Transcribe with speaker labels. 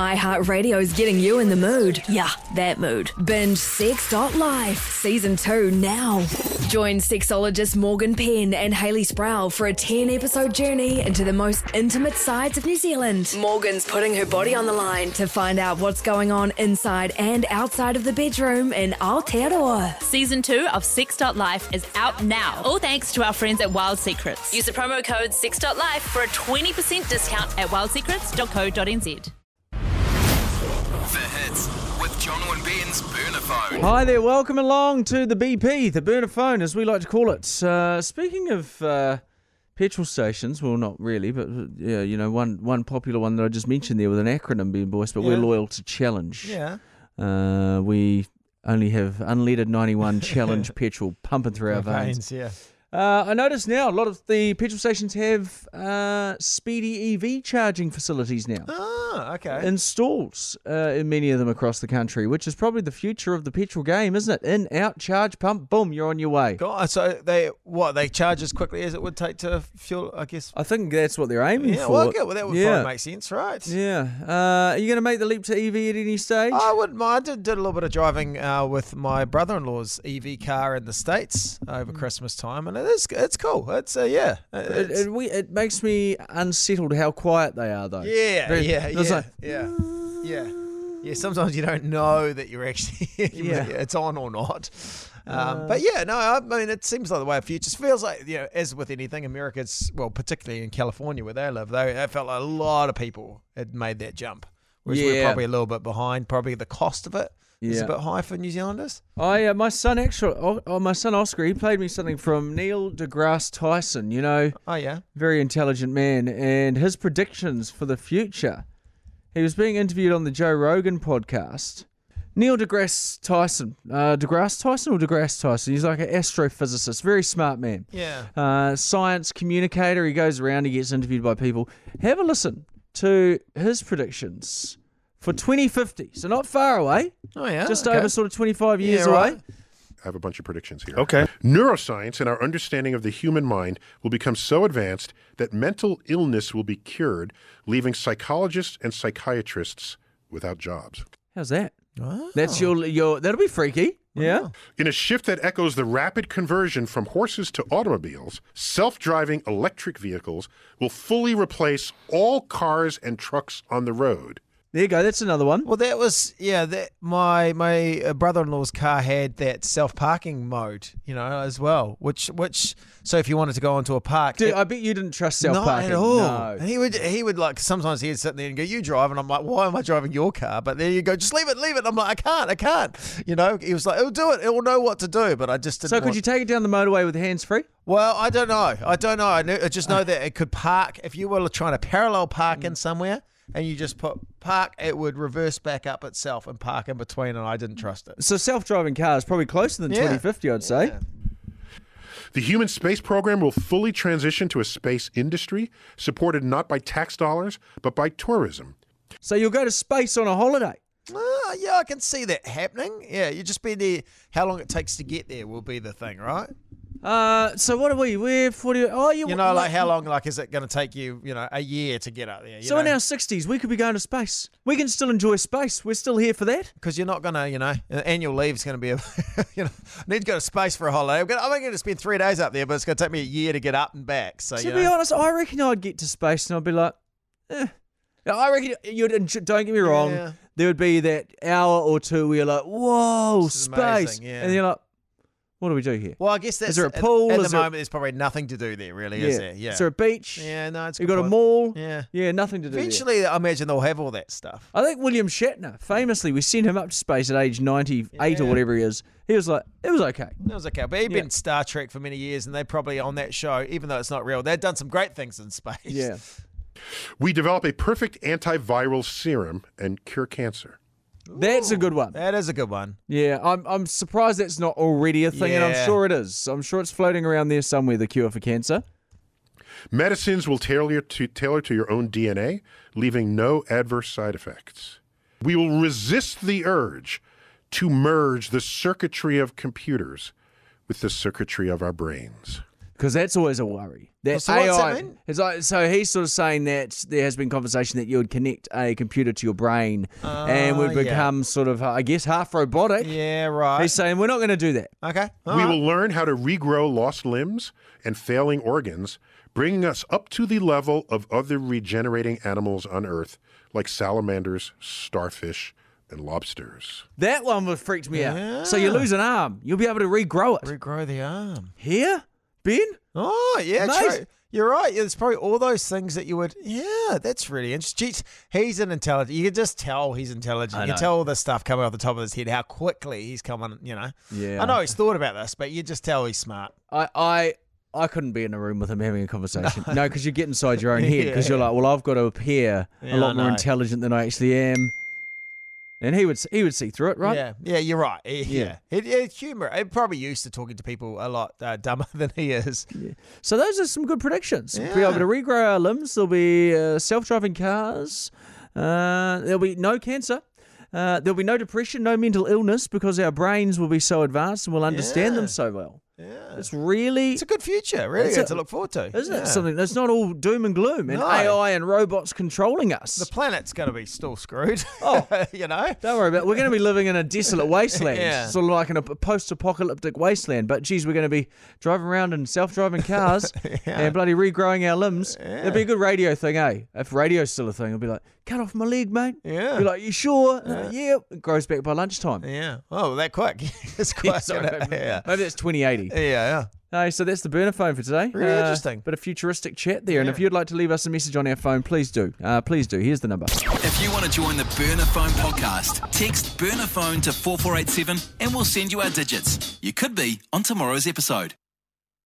Speaker 1: iHeartRadio's getting you in the mood. Yeah, that mood. Binge Sex.life, Season 2 now. Join sexologist Morgan Penn and Haley Sproul for a 10 episode journey into the most intimate sides of New Zealand. Morgan's putting her body on the line to find out what's going on inside and outside of the bedroom in Aotearoa.
Speaker 2: Season 2 of 6.life is out now. All thanks to our friends at Wild Secrets. Use the promo code 6.life for a 20% discount at wildsecrets.co.nz.
Speaker 3: The hits with John and Ben's burner phone.
Speaker 4: Hi there, welcome along to the BP, the burner phone, as we like to call it. Uh, speaking of uh, petrol stations, well, not really, but uh, yeah, you know, one one popular one that I just mentioned there with an acronym being voiced, but we're
Speaker 5: Yeah.
Speaker 4: loyal to Challenge.
Speaker 5: Yeah.
Speaker 4: Uh, we only have unleaded 91 Challenge petrol pumping through our veins.
Speaker 5: Veins, yeah.
Speaker 4: Uh, I notice now a lot of the petrol stations have uh, speedy EV charging facilities now
Speaker 5: Ah, okay.
Speaker 4: installs uh, in many of them across the country, which is probably the future of the petrol game, isn't it? In, out, charge, pump, boom, you're on your way.
Speaker 5: God, so they what they charge as quickly as it would take to fuel, I guess.
Speaker 4: I think that's what they're aiming
Speaker 5: Yeah,
Speaker 4: for.
Speaker 5: well, good. Well, that would
Speaker 4: yeah.
Speaker 5: probably make sense, Uh, right?
Speaker 4: Yeah. Uh, are you going to make the leap to EV at any stage?
Speaker 5: I would. not I did, did a little bit of driving uh, with my brother-in-law's EV car in the states over Christmas time, and it is it's cool. It's uh, yeah,
Speaker 4: Mm. it,
Speaker 5: it's,
Speaker 4: it, we, it makes me unsettled how quiet they are, though.
Speaker 5: yeah,
Speaker 4: Very-
Speaker 5: yeah,
Speaker 4: it's
Speaker 5: yeah,
Speaker 4: like,
Speaker 5: yeah, yeah, yeah. Sometimes you don't know that you're actually
Speaker 4: Yeah. Uh.
Speaker 5: it's on or not. Um, but yeah, no, I mean, it seems like the way of future. It feels like, you know, as with anything, America's, well, particularly in California where they live, they, it felt like a lot of people had made that jump. Whereas we're
Speaker 4: Yeah.
Speaker 5: probably a little bit behind. Probably the cost of it is
Speaker 4: Yeah.
Speaker 5: a bit high for New Zealanders.
Speaker 4: I uh, my son actually, oh, oh, my son Oscar, he played me something from Neil deGrasse Tyson. You know,
Speaker 5: Oh, yeah.
Speaker 4: very intelligent man, and his predictions for the future. He was being interviewed on the Joe Rogan podcast. Neil deGrasse Tyson, uh, deGrasse Tyson or deGrasse Tyson? He's like an astrophysicist, very smart man.
Speaker 5: Yeah.
Speaker 4: Uh, science communicator. He goes around, he gets interviewed by people. Have a listen to his predictions for 2050. So not far away,
Speaker 5: Oh, yeah.
Speaker 4: just
Speaker 5: okay.
Speaker 4: over sort of 25 years
Speaker 5: right.
Speaker 4: away.
Speaker 6: I have a bunch of predictions here. Okay. Neuroscience and our understanding of the human mind will become so advanced that mental illness will be cured, leaving psychologists and psychiatrists without jobs.
Speaker 4: How's that? That's your your. That'll be freaky. Yeah.
Speaker 6: In a shift that echoes the rapid conversion from horses to automobiles, self driving electric vehicles will fully replace all cars and trucks on the road.
Speaker 4: There you go. That's another one.
Speaker 5: Well, that was yeah. That my my uh, brother-in-law's car had that self-parking mode, you know, as well. Which which so if you wanted to go onto a park,
Speaker 4: Dude,
Speaker 5: it-
Speaker 4: I bet you didn't trust self
Speaker 5: not
Speaker 4: parking.
Speaker 5: at all.
Speaker 4: No.
Speaker 5: And he would he would like sometimes he'd sit there and go, "You drive," and I'm like, "Why am I driving your car?" But there you go, just leave it, leave it. I'm like, "I can't, I can't." You know, he was like, "It'll do it. It'll know what to do." But I just didn't.
Speaker 4: So could
Speaker 5: want-
Speaker 4: you take it down the motorway with hands free?
Speaker 5: well, I don't know. I don't know. I, knew, I just know that it could park. If you were trying to parallel park in somewhere and you just put park, it would reverse back up itself and park in between. And I didn't trust it.
Speaker 4: So self-driving cars probably closer than
Speaker 5: Yeah.
Speaker 4: 2050, I'd say.
Speaker 6: The human space program will fully transition to a space industry supported not by tax dollars, but by tourism.
Speaker 4: So you'll go to space on a holiday.
Speaker 5: Ah, yeah, I can see that happening. Yeah, you just be there. How long it takes to get there will be the thing, right?
Speaker 4: Uh, so what are we? We're 40. Oh, you,
Speaker 5: You know, like how long? Like, is it going to take you? You know, a year to get up there? You
Speaker 4: So in our 60s, we could be going to space. We can still enjoy space. We're still here for that.
Speaker 5: because you're not going to, you know, annual leave's going to be, a, you know, I need to go to space for a holiday. I'm, gonna, I'm only going to spend three days up there, but it's going to take me a year to get up and back. So
Speaker 4: to
Speaker 5: you
Speaker 4: be
Speaker 5: know.
Speaker 4: honest, I reckon I'd get to space and I'd be like, eh. Now, I reckon you'd. enj- Don't get me wrong.
Speaker 5: Yeah.
Speaker 4: There would be that hour or two where you're like, whoa,
Speaker 5: is
Speaker 4: space,
Speaker 5: amazing, yeah.
Speaker 4: and you're like, what do we do here?
Speaker 5: Well, I guess that's
Speaker 4: there a
Speaker 5: at-
Speaker 4: pool?
Speaker 5: At,
Speaker 4: Is
Speaker 5: the
Speaker 4: there a-
Speaker 5: moment, there's probably nothing to do there, really, is there? Yeah.
Speaker 4: Is there a beach?
Speaker 5: yeah, no, it's a
Speaker 4: You
Speaker 5: good
Speaker 4: got a
Speaker 5: point.
Speaker 4: mall?
Speaker 5: Yeah.
Speaker 4: Yeah, nothing to do. there.
Speaker 5: Eventually, I imagine they'll have all that stuff.
Speaker 4: I think William Shatner, famously, we sent him up to space at age 98 or whatever he is. He was like, it was okay.
Speaker 5: That was okay. But he'd
Speaker 4: Yeah.
Speaker 5: been in Star Trek for many years, and they probably on that show, even though it's not real, they've done some great things in space.
Speaker 4: Yeah.
Speaker 6: We develop a perfect antiviral serum and cure cancer.
Speaker 4: That's a good one.
Speaker 5: That is a good one.
Speaker 4: Yeah, I'm, I'm surprised that's not already a thing, and I'm
Speaker 5: Yeah.
Speaker 4: sure it is. I'm sure it's floating around there somewhere, the cure for cancer.
Speaker 6: Medicines will tailor to, tailor to your own DNA, leaving no adverse side effects. We will resist the urge to merge the circuitry of computers with the circuitry of our brains.
Speaker 4: because that's always a worry. That
Speaker 5: So what's that
Speaker 4: AI
Speaker 5: mean?
Speaker 4: is like, so he's sort of saying that there has been conversation that you would connect a computer to your brain and
Speaker 5: Ah,
Speaker 4: would
Speaker 5: yeah.
Speaker 4: become sort of I guess half robotic.
Speaker 5: Yeah, right.
Speaker 4: He's saying we're not going to do that.
Speaker 5: okay. all
Speaker 6: we
Speaker 5: right.
Speaker 6: will learn how to regrow lost limbs and failing organs, bringing us up to the level of other regenerating animals on Earth, like salamanders, starfish, and lobsters.
Speaker 4: That one would freaked me out. So you lose an arm, you'll be able to regrow it.
Speaker 5: regrow the arm.
Speaker 4: Here, Ben.
Speaker 5: Oh, yeah,
Speaker 4: Nice.
Speaker 5: true. You're right. It's probably all those things that you would. Yeah, that's really interesting. Jeez, he's an intelligent. You can just tell he's intelligent. you can tell all this stuff coming off the top of his head, how quickly he's coming. You know.
Speaker 4: Yeah.
Speaker 5: I know he's thought about this, but you just tell he's smart.
Speaker 4: I, I, I couldn't be in a room with him having a conversation. No, because you get inside your own head because you're like, well, I've got to appear
Speaker 5: Yeah,
Speaker 4: a
Speaker 5: I
Speaker 4: lot more
Speaker 5: know.
Speaker 4: intelligent than I actually am. And he would s- he would see through it, right?
Speaker 5: Yeah. Yeah, you're right. He-
Speaker 4: Yeah.
Speaker 5: yeah. It, it's humor. He probably used to talking to people a lot uh, dumber than he is.
Speaker 4: So those are some good predictions. We'll be able to regrow our limbs. There'll be uh, self-driving cars. Uh, there'll be no cancer. Uh, there'll be no depression, no mental illness because our brains will be so advanced and we'll understand them so well. Yeah. It's really
Speaker 5: It's a good future, really,
Speaker 4: It's
Speaker 5: it's
Speaker 4: a-
Speaker 5: to look forward to.
Speaker 4: Isn't
Speaker 5: Yeah.
Speaker 4: it something that's not all doom and gloom and
Speaker 5: No.
Speaker 4: AI and robots controlling us?
Speaker 5: The planet's going to be still screwed.
Speaker 4: Oh.
Speaker 5: you know?
Speaker 4: Don't worry about. We're going to be living in a desolate wasteland,
Speaker 5: Yeah.
Speaker 4: sort of like in a p- post-apocalyptic wasteland. But geez, we're going to be driving around in self-driving cars and bloody regrowing our limbs. It'd be a good radio thing, eh? If radio's still a thing, it'd be like, cut off my leg, mate.
Speaker 5: Yeah.
Speaker 4: Be like, you sure? Yeah. yeah. It grows back by lunchtime.
Speaker 5: Yeah. Oh, that quick. it's quite.
Speaker 4: So
Speaker 5: yeah.
Speaker 4: maybe,
Speaker 5: yeah.
Speaker 4: maybe that's 2080.
Speaker 5: Yeah, yeah.
Speaker 4: Hey, so that's the burner phone for today.
Speaker 5: Really interesting.
Speaker 4: But a futuristic chat there. And if you'd like to leave us a message on our phone, please do. Uh, please do. Here's the number.
Speaker 3: If you want to join the Burner Phone podcast, text Burner Phone to 4487 and we'll send you our digits. You could be on tomorrow's episode.